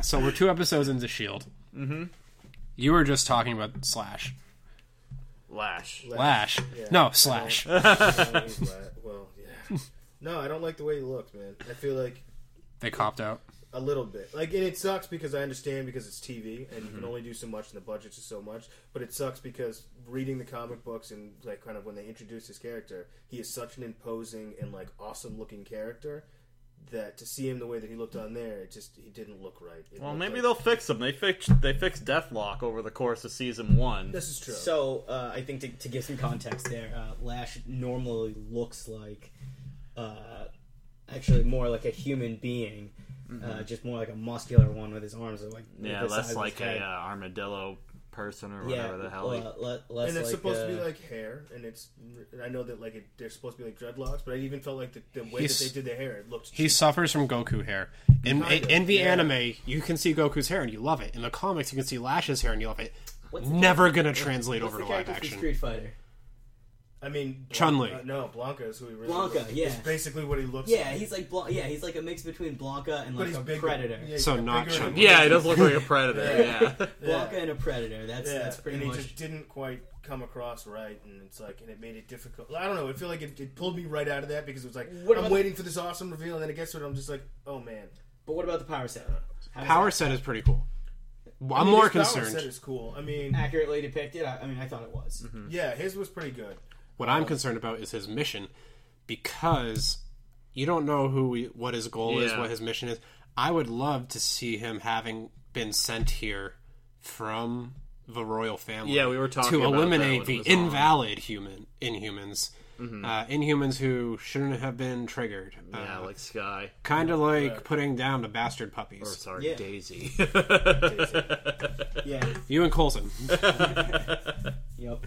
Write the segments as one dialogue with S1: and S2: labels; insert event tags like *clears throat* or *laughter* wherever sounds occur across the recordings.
S1: So we're two episodes into Shield. Mm-hmm. You were just talking about Slash.
S2: Lash.
S3: *laughs*
S1: Lash.
S3: Yeah.
S1: No, Slash.
S3: That
S2: *laughs*
S3: was la- well, yeah. No, I don't like the way he looked, man. I feel like
S1: They copped out.
S3: a little bit. Like, and it sucks because I understand because it's TV and
S2: Mm-hmm.
S3: you can only do so much and the budget's just so much. But it sucks because reading the comic books and like kind of when they introduce his character, he is such an imposing and like awesome looking character that to see him the way that he looked on there, it just he didn't look right. It
S2: Well,
S3: looked
S2: maybe
S3: like-
S2: they'll fix them. They fixed they fixed Deathlock over the course of season one.
S3: This is true.
S4: So uh, I think to, to give some context there, uh, Lash normally looks like, uh, actually more like a human being,
S3: Mm-hmm.
S4: uh, just more like a muscular one with his arms are like
S2: Yeah,
S4: the size of
S2: less
S4: his
S2: like
S4: head.
S2: a uh, armadillo person or
S4: yeah,
S2: whatever the hell. he-
S4: uh, le- less
S3: and it's
S4: like,
S3: supposed to be
S4: uh,
S3: like hair, and it's. I know that like it, they're supposed to be like dreadlocks, but I even felt like the, the way that
S1: He's-
S3: they did the hair, it looked.
S1: He suffers from Goku hair. In,
S3: Kinda,
S1: in the
S3: yeah.
S1: anime, you can see Goku's hair and you love it. In the comics, you can see Lash's hair and you love it.
S4: What's the
S1: Never gonna translate
S4: what's
S1: over to
S4: the
S1: live
S4: character from
S1: action.
S4: Street Fighter.
S3: I mean, Blanca-
S1: Chun-Li.
S3: uh, no, Blanca is who he really.
S4: Blanca,
S3: looks-
S4: yeah.
S3: is basically what he looks.
S4: Yeah,
S3: like.
S4: he's like Bla- yeah, he's like a mix between Blanca and
S3: but
S4: like
S3: he's
S4: a
S3: bigger.
S4: predator.
S3: Yeah, he's
S1: So
S3: got
S1: not
S3: bigger
S1: Chun-
S2: *laughs*
S3: and-
S2: Yeah, he does look like a predator. yeah.
S4: Blanca and a predator. That's
S3: Yeah,
S4: that's pretty
S3: and
S4: much.
S3: he just didn't quite come across right, and it's like, and it made it difficult. I don't know. I feel like it, it pulled me right out of that because it was like,
S4: What
S3: I'm
S4: about-
S3: waiting for this awesome reveal, and then it gets to it, I'm just like, oh man.
S4: But what about the power set? How is
S1: Power
S4: that
S1: set is pretty cool. I'm
S3: I mean,
S1: more
S3: his power set
S1: concerned.
S3: is cool. I mean,
S4: accurately depicted. I, I mean, I thought it was.
S2: Mm-hmm.
S3: yeah, his was pretty good.
S1: What I'm concerned about is his mission, because you don't know who he, what his goal is,
S2: Yeah.
S1: what his mission is. I would love to see him having been sent here from the royal family.
S2: Yeah, we were talking
S1: to
S2: about that
S1: eliminate
S2: when
S1: the
S2: it was on. Mm-hmm.
S1: invalid human inhumans, uh, inhumans who shouldn't have been triggered.
S2: Yeah,
S1: uh,
S2: like Sky.
S1: kind of like putting down the bastard puppies.
S2: Or sorry,
S4: Yeah.
S2: Daisy. *laughs*
S4: Yeah.
S1: You and Colson.
S4: Yep.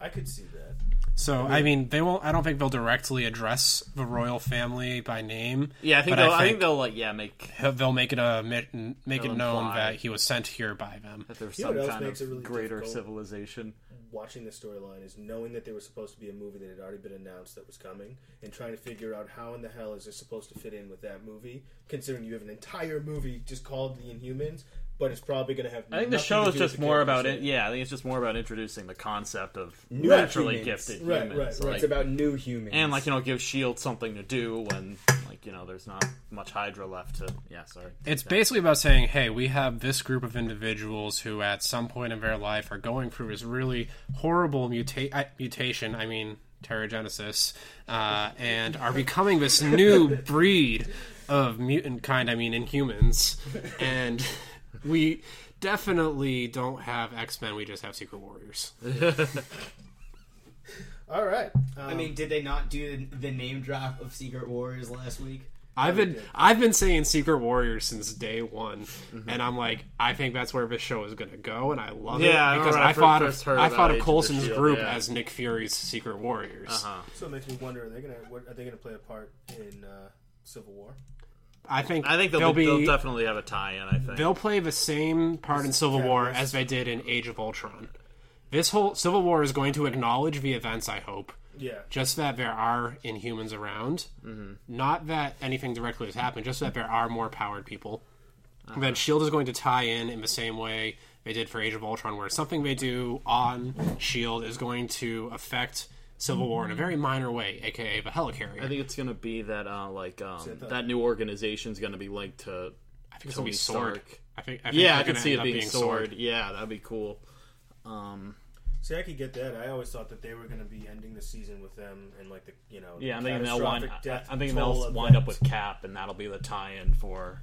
S3: I could see that.
S1: So I mean, they won't. I don't think they'll directly address the royal family by name.
S2: yeah, I think
S1: but
S2: they'll. I think, they'll like yeah make
S1: they'll they'll make it a mi- make it
S2: They'll
S1: known
S2: imply.
S1: that he was sent here by them.
S2: that there's
S3: You know what
S2: some
S3: else
S2: kind
S3: makes
S2: of
S3: it really
S2: greater
S3: difficult?
S2: civilization.
S3: watching the storyline is knowing that there was supposed to be a movie that had already been announced that was coming and trying to figure out how in the hell is this supposed to fit in with that movie considering you have an entire movie just called the inhumans but it's probably going to have
S2: I think the show is just more about it. Yeah, I think it's just more about introducing the concept of
S4: New
S2: naturally
S4: humans.
S2: gifted
S3: Right,
S2: humans,
S3: right, right.
S2: like-
S4: It's about new humans.
S2: and like you know, give Shield E something to do when like you know there's not much Hydra left to. Yeah, sorry. *laughs*
S1: It's basically about saying, hey, we have this group of individuals who, at some point in their life, are going through this really horrible muta- uh, mutation. I mean, pterogenesis,
S2: *laughs*
S1: uh, and are becoming this new breed of mutant kind. I mean, Inhumans, and we definitely don't have X Men. We just have Secret Warriors.
S3: all right um,
S4: I mean, did they not do the name drop of Secret Warriors last week?
S1: I've been I've been saying Secret Warriors since day one,
S2: Mm-hmm.
S1: and I'm like, I think that's where this show is gonna go, and I love
S2: Yeah, I
S1: it because
S2: remember
S1: I, thought
S2: when I first
S1: of
S2: heard
S1: I
S2: about
S1: thought
S2: Agents
S1: of
S2: of
S1: Coulson's
S2: S.H.I.E.L.D.,
S1: group
S2: E yeah.
S1: as Nick Fury's Secret Warriors.
S2: Uh-huh.
S3: so it makes me wonder are they going to what are they going to play a part in uh, civil war
S1: I think
S2: I think they'll,
S1: they'll, be
S2: be, they'll definitely have a tie-in. I think.
S1: they'll play the same part in Civil War as they did in Age of Ultron. This whole Civil War is going to acknowledge the events. I hope.
S3: yeah
S1: Just that there are Inhumans around,
S2: Mm-hmm.
S1: not that anything directly has happened. Just that there are more powered people. That Shield E is going to tie in in the same way they did for Age of Ultron, where something they do on Shield E is going to affect Civil War in a very minor way, aka the helicarrier.
S2: I think it's gonna be that uh, like um,
S3: the-
S2: that new organization's gonna be linked to.
S1: I think it's going to
S2: Tony
S1: be Sword.
S2: Stark.
S1: I think. I think
S2: Yeah, I
S1: they're
S2: could
S1: gonna
S2: see
S1: end
S2: it
S1: up
S2: being, sword. Yeah, that'd be cool. Um,
S3: see i could get that i always thought that they were going to be ending the season with them and like the you know
S2: yeah, I'm thinking they'll wind.
S3: catastrophic
S2: I,
S3: death
S2: I'm thinking
S3: toll
S2: they'll
S3: event.
S2: wind up with Cap, and that'll be the tie-in for.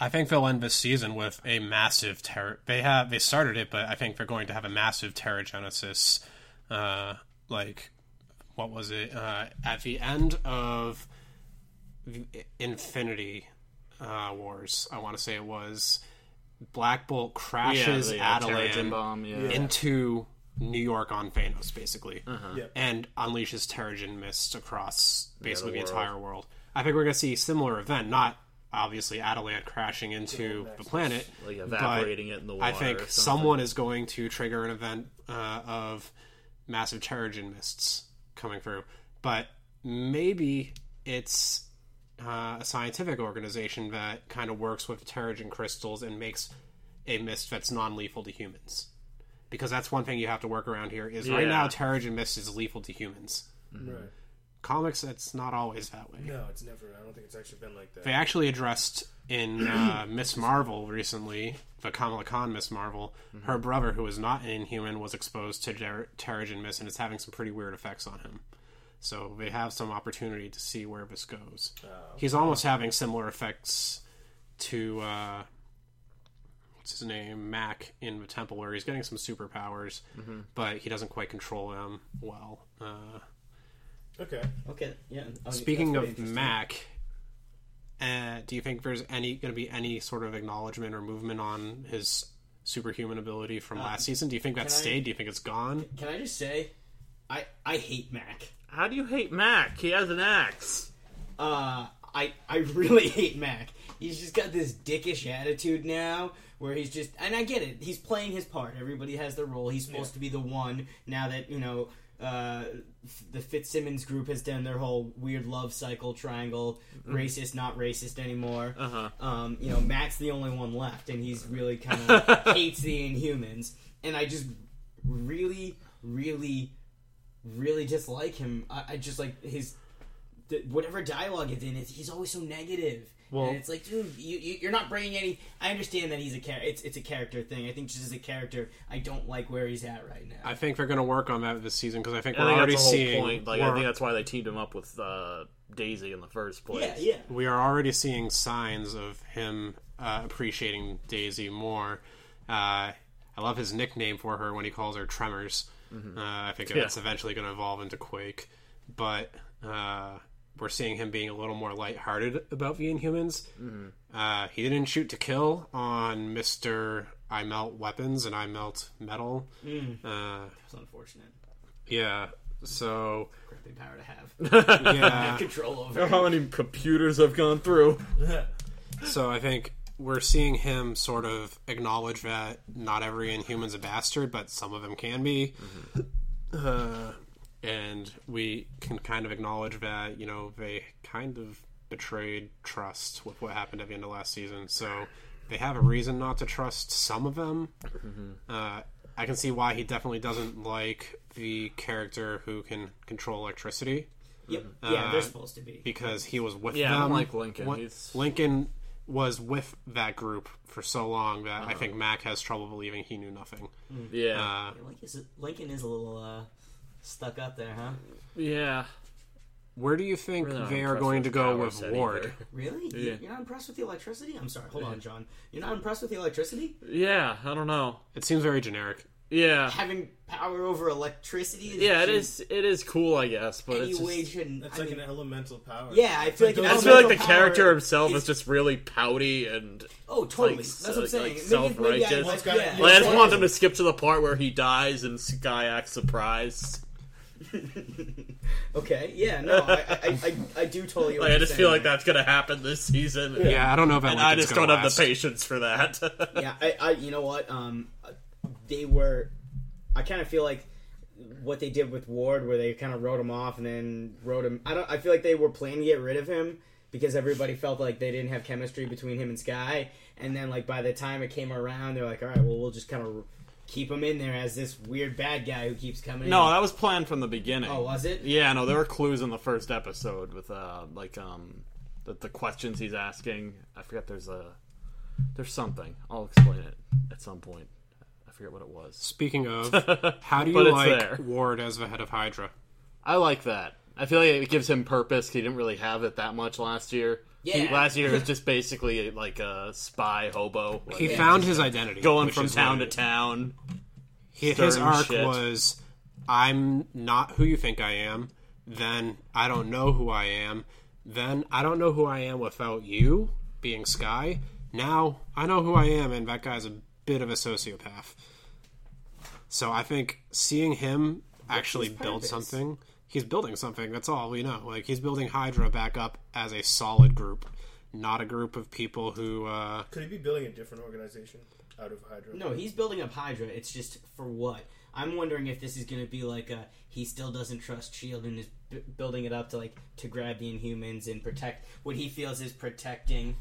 S1: I think they'll end this season with a massive terror. They have they started it, but I think they're going to have a massive pterogenesis. Uh, like, what was it uh, at the end of the Infinity uh, Wars? I want to say it was Black Bolt
S2: Yeah,
S1: crashes
S2: the uh, Terrigen
S1: Adelan
S2: bomb. Yeah.
S1: into New York on Thanos, basically,
S3: Yep.
S1: and unleashes Terrigen mists across basically the,
S2: world.
S1: entire world. I think we're going to see a similar event, not obviously Adelant crashing into the planet.
S2: like evaporating it in the water.
S1: I think
S2: or something.
S1: someone is going to trigger an event uh, of massive Terrigen mists coming through, but maybe it's uh, a scientific organization that kind of works with pterogen crystals and makes a mist that's non-lethal to humans. Because that's one thing you have to work around here is right
S2: Yeah.
S1: now pterogen mist is lethal to humans.
S3: Right.
S1: Comics, that's not always that way.
S3: No, it's never. I don't think it's actually been like that.
S1: They actually addressed in uh, *clears throat* Miss Marvel recently, the Kamala Khan Miss Marvel, her brother, who is not an Inhuman, was exposed to Jer- Terrigen Mist, and it's having some pretty weird effects on him. So they have some opportunity to see where this goes. He's almost having similar effects to uh, what's his name, Mac in the Temple, where he's getting some superpowers, but he doesn't quite control them well. Uh,
S3: Okay.
S4: Okay, yeah. I was-
S1: Speaking
S4: that's
S1: of
S4: pretty
S1: Mac, uh, do you think there's any going to be any sort of acknowledgement or movement on his superhuman ability
S2: Uh,
S1: from last season? Do you think that
S4: I-
S1: stayed? Do you think it's gone?
S4: interesting. Can I just say, I I hate Mac.
S2: How do you hate Mac? He has an axe.
S4: Uh, I I really *laughs* hate Mac. He's just got this dickish attitude now, where he's just and I get it. He's playing his part. Everybody has their role. He's supposed to be the one. Now that you know, uh, f- the Fitzsimmons group has done their whole weird love cycle triangle, racist not racist anymore.
S2: Uh-huh.
S4: Um, you know, Mac's the only one left, and he's really kind of hates the Inhumans. And I just really, really, really dislike him. I, I just like his th- whatever dialogue it's in. It's, he's always so negative.
S1: Well-
S4: and it's like, dude, you, you, you're not bringing any. I understand that he's a character. It's it's a character thing. I think just as a character, I don't like where he's at right now.
S1: I think they're going to work on that this season because I think
S2: I
S1: we're
S2: think
S1: already
S2: that's the whole
S1: seeing
S2: point. Like, I
S1: we're-
S2: think that's why they teamed him up with uh, Daisy in the first place.
S4: yeah, yeah.
S1: we are already seeing signs of him uh, appreciating Daisy more. Uh, I love his nickname for her when he calls her Tremors. Uh, I think that's eventually going to evolve into Quake, but uh, we're seeing him being a little more lighthearted about the Inhumans. Uh, he didn't shoot to kill on Mister. I melt weapons and I melt metal. Uh,
S4: It's unfortunate.
S1: yeah, so
S4: Crappy power to have. *laughs*
S1: yeah.
S4: Control
S2: *laughs*
S4: over.
S2: How many computers I've gone through?
S1: So I think we're seeing him sort of acknowledge that not every inhuman's a bastard, but some of them can be.
S2: Mm-hmm.
S1: Uh, and we can kind of acknowledge that, you know, they kind of betrayed trust with what happened at the end of last season. So they have a reason not to trust some of them.
S2: Mm-hmm.
S1: Uh, I can see why he definitely doesn't like the character who can control electricity
S4: Yep. Yeah,
S1: Uh,
S4: they're supposed to be.
S1: because he was with
S2: Yeah, I
S1: them.
S2: don't like Lincoln.
S1: Um, What-
S2: He's-
S1: Lincoln was with that group for so long that
S2: Uh-huh.
S1: I think Mac has trouble believing he knew nothing.
S2: Yeah.
S1: Uh,
S4: Yeah, Lincoln is, Lincoln is a little uh, stuck up there, huh?
S2: yeah.
S1: where do you think
S2: Really not
S1: they are
S2: impressed
S1: going
S2: with
S1: to go
S2: Power
S1: with
S2: Set
S1: Ward?
S2: either. *laughs*
S4: Really? You-
S2: Yeah.
S4: You're not impressed with the electricity? I'm sorry. Hold on, John. You're not impressed with the electricity?
S2: Yeah, I don't know.
S1: It seems very generic.
S2: Yeah.
S4: Having power over electricity? Is
S2: Yeah, it
S4: just
S2: is it is cool, I guess, but
S4: Any
S2: it's
S4: way
S2: just,
S4: shouldn't.
S3: That's
S4: I
S3: like
S4: mean,
S3: an elemental power.
S4: yeah, I feel like an
S2: I
S3: It's
S2: just feel like the
S4: elemental power
S2: character himself
S4: is-
S2: is just really pouty and
S4: Oh, totally.
S2: like,
S4: That's what I'm
S2: like,
S4: saying.
S2: self-righteous.
S4: Maybe- maybe I-
S2: Well,
S3: it's gotta-
S4: yeah.
S2: Like, I just
S3: Yeah.
S2: want them to skip to the part where he dies and Sky acts surprised.
S4: *laughs* okay. Yeah. No, I, I, I, I do totally.
S2: Like I just feel like that's gonna happen this season.
S1: Yeah, I don't know if that
S2: And I
S1: Lincoln's
S2: just
S1: gonna
S2: don't have
S1: last.
S2: the patience for that. *laughs*
S4: yeah, I, I, you know what? Um, they were. I kind of feel like what they did with Ward, where they kind of wrote him off and then wrote him. I don't. I feel like they were planning to get rid of him because everybody felt like they didn't have chemistry between him and Sky. And then, like by the time it came around, they're like, "All right, well, we'll just kind of keep him in there as this weird bad guy who keeps coming."
S2: No,
S4: in.
S2: that was planned from the beginning.
S4: oh, was it?
S2: Yeah, no, there were clues in the first episode with uh like um the, the questions he's asking. I forget there's a there's something. I'll explain it at some point. I forget what it was.
S1: Speaking of,
S2: *laughs*
S1: how do
S2: But
S1: you
S2: it's
S1: like
S2: there.
S1: Ward as the head of Hydra?
S2: I like that. I feel like it gives him purpose. He didn't really have it that much last year. He-
S4: Yeah.
S2: last
S4: *laughs*
S2: year was just basically like a spy hobo. like,
S1: He found his identity.
S2: going
S1: which
S2: from
S1: is
S2: town
S1: what-
S2: to town.
S1: he- His
S2: stirring
S1: arc
S2: shit.
S1: was, I'm not who you think I am. Then I don't know who I am. Then I don't know who I am without you being Sky. Now I know who I am, and that guy's a bit of a sociopath. So I think seeing him actually
S4: his
S1: build
S4: purpose?
S1: something, he's building something. That's all we know. Like he's building Hydra back up as a solid group, not a group of people who. Uh,
S3: Could he be building a different organization out of Hydra?
S4: No, he's building up Hydra. It's just for what? I'm wondering if this is going to be like a he still doesn't trust Shield E and is b- building it up to like to grab the Inhumans and protect what he feels is protecting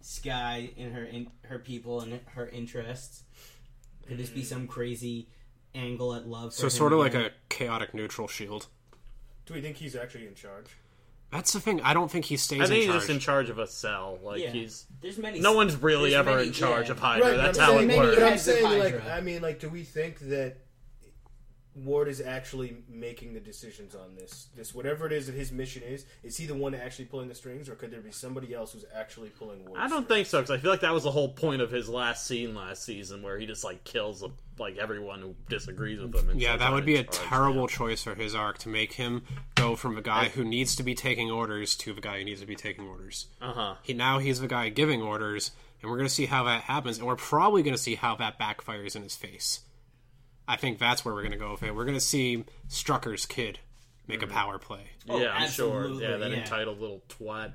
S4: Sky and her in, her people and her interests. Could this be some crazy angle at love?
S1: So sort of like a chaotic neutral shield.
S3: Do we think he's actually in charge?
S1: That's the thing. I don't think he stays
S2: I think
S1: in
S2: he's
S1: charge.
S2: just in charge of a cell. Like
S4: Yeah.
S2: he's
S4: There's many.
S2: no one's really
S4: there's
S2: ever
S4: many-
S2: in charge
S4: yeah.
S2: of Hydra.
S3: but
S2: That's
S3: I'm
S2: how
S3: saying-
S2: it
S4: maybe
S2: works.
S3: But I'm
S4: heads of
S3: saying, like,
S4: Hydra.
S3: I mean, like, do we think that Ward is actually making the decisions on this? This whatever it is that his mission is, is he the one actually pulling the strings, or could there be somebody else who's actually pulling Ward's
S2: I don't think so because I feel like that was the whole point of his last scene last season, where he just like kills like everyone who disagrees with him. and
S1: yeah,
S2: says, "Oh,
S1: that
S2: "I'm
S1: would
S2: in
S1: be a
S2: charge."
S1: terrible choice for his arc to make him go from a guy who needs to be taking orders to the guy who needs to be taking orders.
S2: Uh-huh.
S1: He now he's the guy giving orders, and we're gonna see how that happens, and we're probably gonna see how that backfires in his face. I think that's where we're gonna go with it. We're gonna see Strucker's kid make a power play.
S4: Oh,
S2: yeah, I'm sure.
S4: absolutely,
S2: Yeah, that
S4: yeah.
S2: entitled little twat.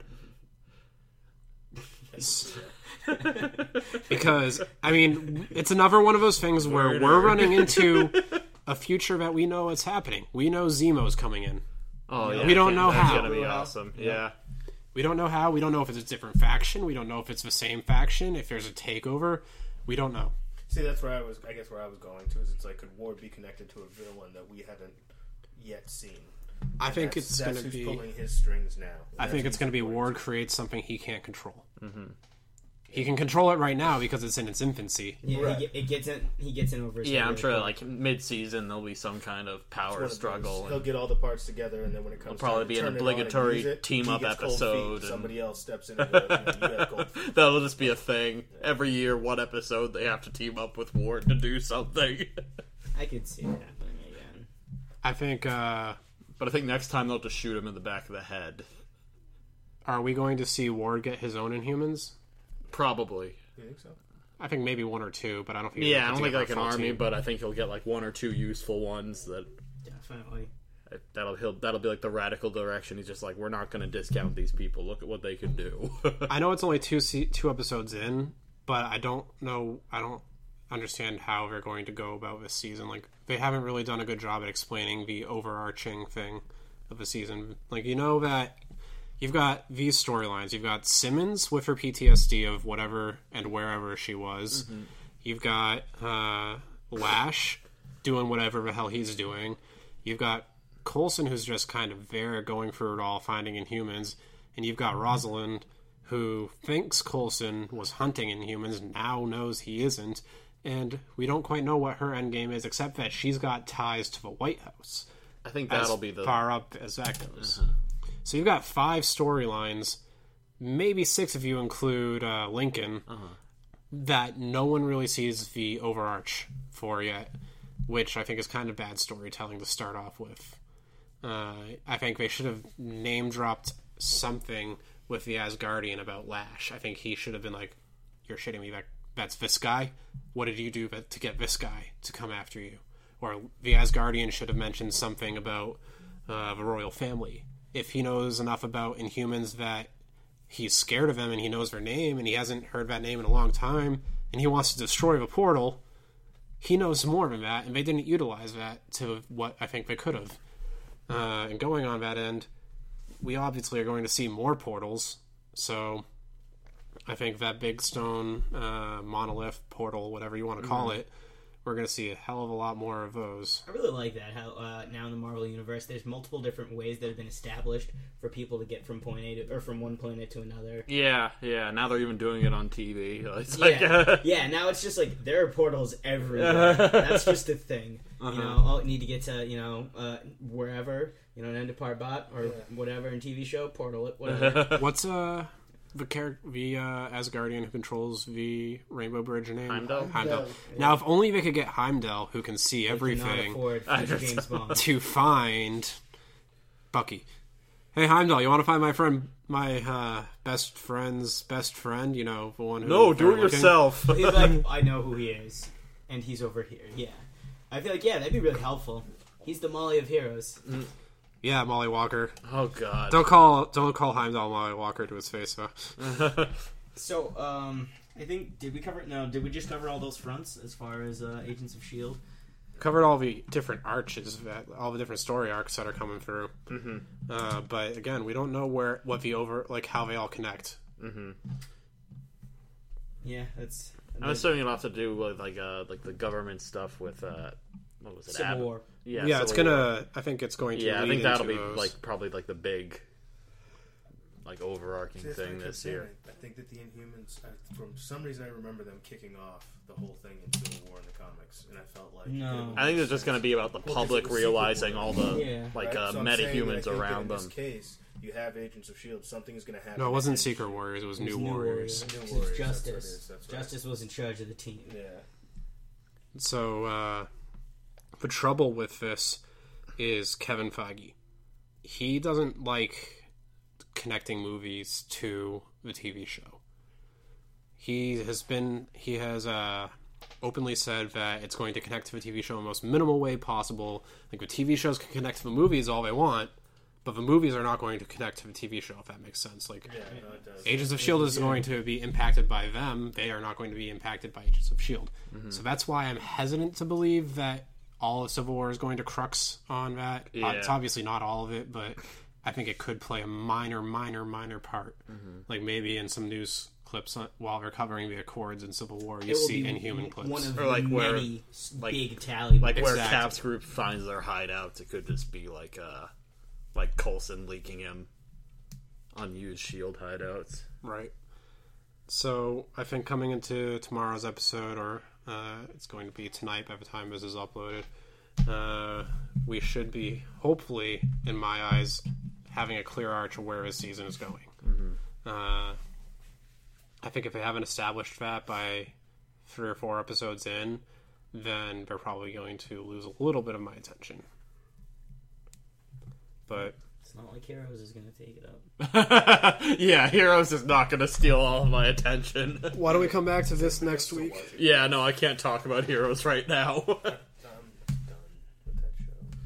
S1: because I mean, it's another one of those things where we're running into a future that we know is happening. We know Zemo's coming in.
S2: Oh yeah,
S1: We don't know
S2: that's
S1: how.
S2: gonna be awesome. Yeah,
S1: We don't know how. We don't know if it's a different faction. We don't know if it's the same faction. If there's a takeover, we don't know.
S3: See, that's where I was. I guess where I was going to is it's like, could Ward be connected to a villain that we haven't yet seen?
S1: I think
S3: That's-
S1: it's
S3: that's
S1: going to
S3: who's
S1: be.
S3: pulling his strings now.
S1: I think it's going to be Ward creates something he can't control.
S2: Mm-hmm.
S1: He can control it right now because it's in its infancy.
S4: Yeah,
S3: Right.
S4: he, ge- it gets in. He gets in over. His
S2: yeah.
S4: head
S2: I'm
S4: really
S2: sure like
S4: quick.
S2: mid-season there'll be some kind of
S3: One
S2: power
S3: of those.
S2: struggle.
S3: He'll
S2: and-
S3: get all the parts together, and then when it comes,
S2: probably
S3: time
S2: be
S3: to
S2: an
S3: turn it on and
S2: obligatory
S3: use it,
S2: team
S3: he
S2: up
S3: gets cold feet.
S2: episode and-
S3: Somebody else
S2: *laughs*
S3: steps in. And goes, "You have cold feet."
S2: That'll just be a thing. Every year, one episode, they have to team up with Ward to do something. *laughs*
S4: I could see it happening again.
S1: I think. Uh,
S2: but I think next time they'll just shoot him in the back of the head.
S1: are we going to see Ward get his own Inhumans?
S2: Probably.
S3: You think so?
S1: I think maybe one or two, but I don't think. he'll
S2: Yeah,
S1: put
S2: I don't think
S1: together
S2: like
S1: a
S2: an
S1: full
S2: army,
S1: team.
S2: but I think he'll get like one or two useful ones that
S4: Definitely.
S2: that'll he'll that'll be like the radical direction. He's just like, we're not going to discount these people. Look at what they can do. *laughs*
S1: I know it's only two se- two episodes in, but I don't know. I don't understand how they're going to go about this season. Like they haven't really done a good job at explaining the overarching thing of the season. Like you know that you've got these storylines. You've got Simmons with her PTSD of whatever and wherever she was. You've got uh, Lash doing whatever the hell he's doing. You've got Colson who's just kind of there going through it all, finding Inhumans, and you've got Rosalind who thinks Colson was hunting Inhumans, now knows he isn't, and we don't quite know what her end game is, except that she's got ties to the White House
S2: I think
S1: as
S2: that'll be the Mm-hmm.
S1: far up as that goes. So you've got five storylines, maybe six if you include uh, Lincoln,
S2: Uh-huh.
S1: that no one really sees the overarch for yet, which I think is kind of bad storytelling to start off with. Uh, I think they should have name dropped something with the Asgardian about Lash. I think he should have been like, "You're shitting me. That that's this guy. What did you do but to get this guy to come after you?" Or the Asgardian should have mentioned something about uh, the royal family. If he knows enough about Inhumans that he's scared of them and he knows their name and he hasn't heard that name in a long time and he wants to destroy the portal, he knows more than that, and they didn't utilize that to what I think they could have. Uh, and going on that end, we obviously are going to see more portals. So I think that big stone uh, monolith portal, whatever you
S4: Mm-hmm.
S1: want to call it, we're going to see a hell of a lot more of those. *laughs*
S4: I really like that how uh, now in the Marvel universe there's multiple different ways that have been established for people to get from point A to, or from one planet to another.
S2: yeah yeah. Now they're even doing it on TV. *laughs* It's like uh, uh-huh.
S4: Yeah, yeah. Now it's just like there are portals everywhere. That's just a thing. You know, oh, need to get to you know uh, wherever you know an end of part bot or whatever in TV show portal it whatever.
S1: What's uh the character the uh, Asgardian who controls the Rainbow Bridge name?
S2: Heimdall?
S1: Heimdall. Now, if only they could get Heimdall, who can see
S4: Cannot
S1: everything,
S4: afford future James
S1: *laughs*
S4: Bond.
S1: to find Bucky. Hey Heimdall, you want to find my friend, my uh, best friend's best friend? You know, the one who
S2: no, do
S1: they're
S2: it
S1: looking?
S2: *laughs* yourself.
S4: He's like, I know who he is, and he's over here. Yeah, I feel like yeah, that'd be really helpful. He's the Molly of heroes.
S1: Yeah, Molly Walker.
S2: oh God.
S1: Don't call don't call Heimdall Molly Walker to his face though.
S4: So, um, I think did we cover? No, did we just cover all those fronts as far as uh, Agents of Shield?
S1: covered all the different arches, that, all the different story arcs that are coming through. Mm-hmm. Uh, but again, we don't know where what the over like how they all connect.
S4: Yeah, that's
S2: I'm assuming it'll have to do with like uh like the government stuff with uh what was it?
S4: Civil
S2: Ab-
S4: War.
S2: Yeah,
S1: Yeah, it's
S2: Civil War.
S1: gonna. I think it's going to.
S2: Yeah, I
S1: lead
S2: think that'll
S1: into
S2: be
S1: those.
S2: like probably like the big like overarching
S3: That's what I
S2: thing
S3: kept
S2: this year.
S3: saying. I think that the Inhumans, I, from some reason, I remember them kicking off the whole thing in Civil War in the comics, and I felt like
S4: No.
S3: it would
S2: I think it's just going to be about the
S3: 'cause
S2: public
S3: it was
S2: realizing
S3: Civil
S2: all
S3: War.
S2: the
S4: Yeah.
S2: like
S3: Right?
S2: uh,
S3: So I'm
S2: meta
S3: saying that I
S2: humans
S3: think that
S2: around
S3: In
S2: them.
S3: this case, you have Agents of Shield. E Something is going to happen.
S1: No, it wasn't
S3: And-
S1: Secret Warriors. It was
S4: It's
S1: New Warriors.
S3: New Warriors, that's
S4: It's
S3: what it
S4: Justice.
S3: is, that's right.
S4: Justice was in charge of the team.
S3: Yeah,
S1: So uh, the trouble with this is Kevin Feige. He doesn't like connecting movies to the TV show. He has been he has uh, openly said that it's going to connect to the TV show in the most minimal way possible. Like the TV shows can connect to the movies all they want, but the movies are not going to connect to the TV show if that makes sense. Like
S3: yeah, no, it does.
S1: Agents of Shield E is going to be impacted by them. They are not going to be impacted by Agents of Shield. E
S4: Mm-hmm.
S1: So that's why I'm hesitant to believe that all of Civil War is going to crux on that. Uh, It's
S2: Yeah.
S1: obviously not all of it, but I think it could play a minor, minor, minor part.
S4: Mm-hmm.
S1: Like maybe in some news clips on, while they're covering the Accords in Civil War, you
S4: It will
S1: see
S4: be
S1: Inhuman clips.
S4: One of
S2: Or, like,
S4: many
S2: where-
S4: s-
S2: like-
S4: big tally.
S2: Like where
S1: Exactly.
S2: Cap's group finds their hideouts, it could just be like uh like Coulson leaking him unused shield hideouts.
S1: Right. So I think coming into tomorrow's episode, or uh, it's going to be tonight by the time this is uploaded, uh, we should be hopefully, in my eyes, having a clear arch of where his season is going. Uh, I think if they haven't established that by three or four episodes in, then they're probably going to lose a little bit of my attention. But
S4: It's not like Heroes is going to take it up.
S2: *laughs* yeah, Heroes is not going to steal all of my attention. *laughs*
S1: why don't we come back to this next week?
S2: yeah, no, I can't talk about Heroes right now. *laughs*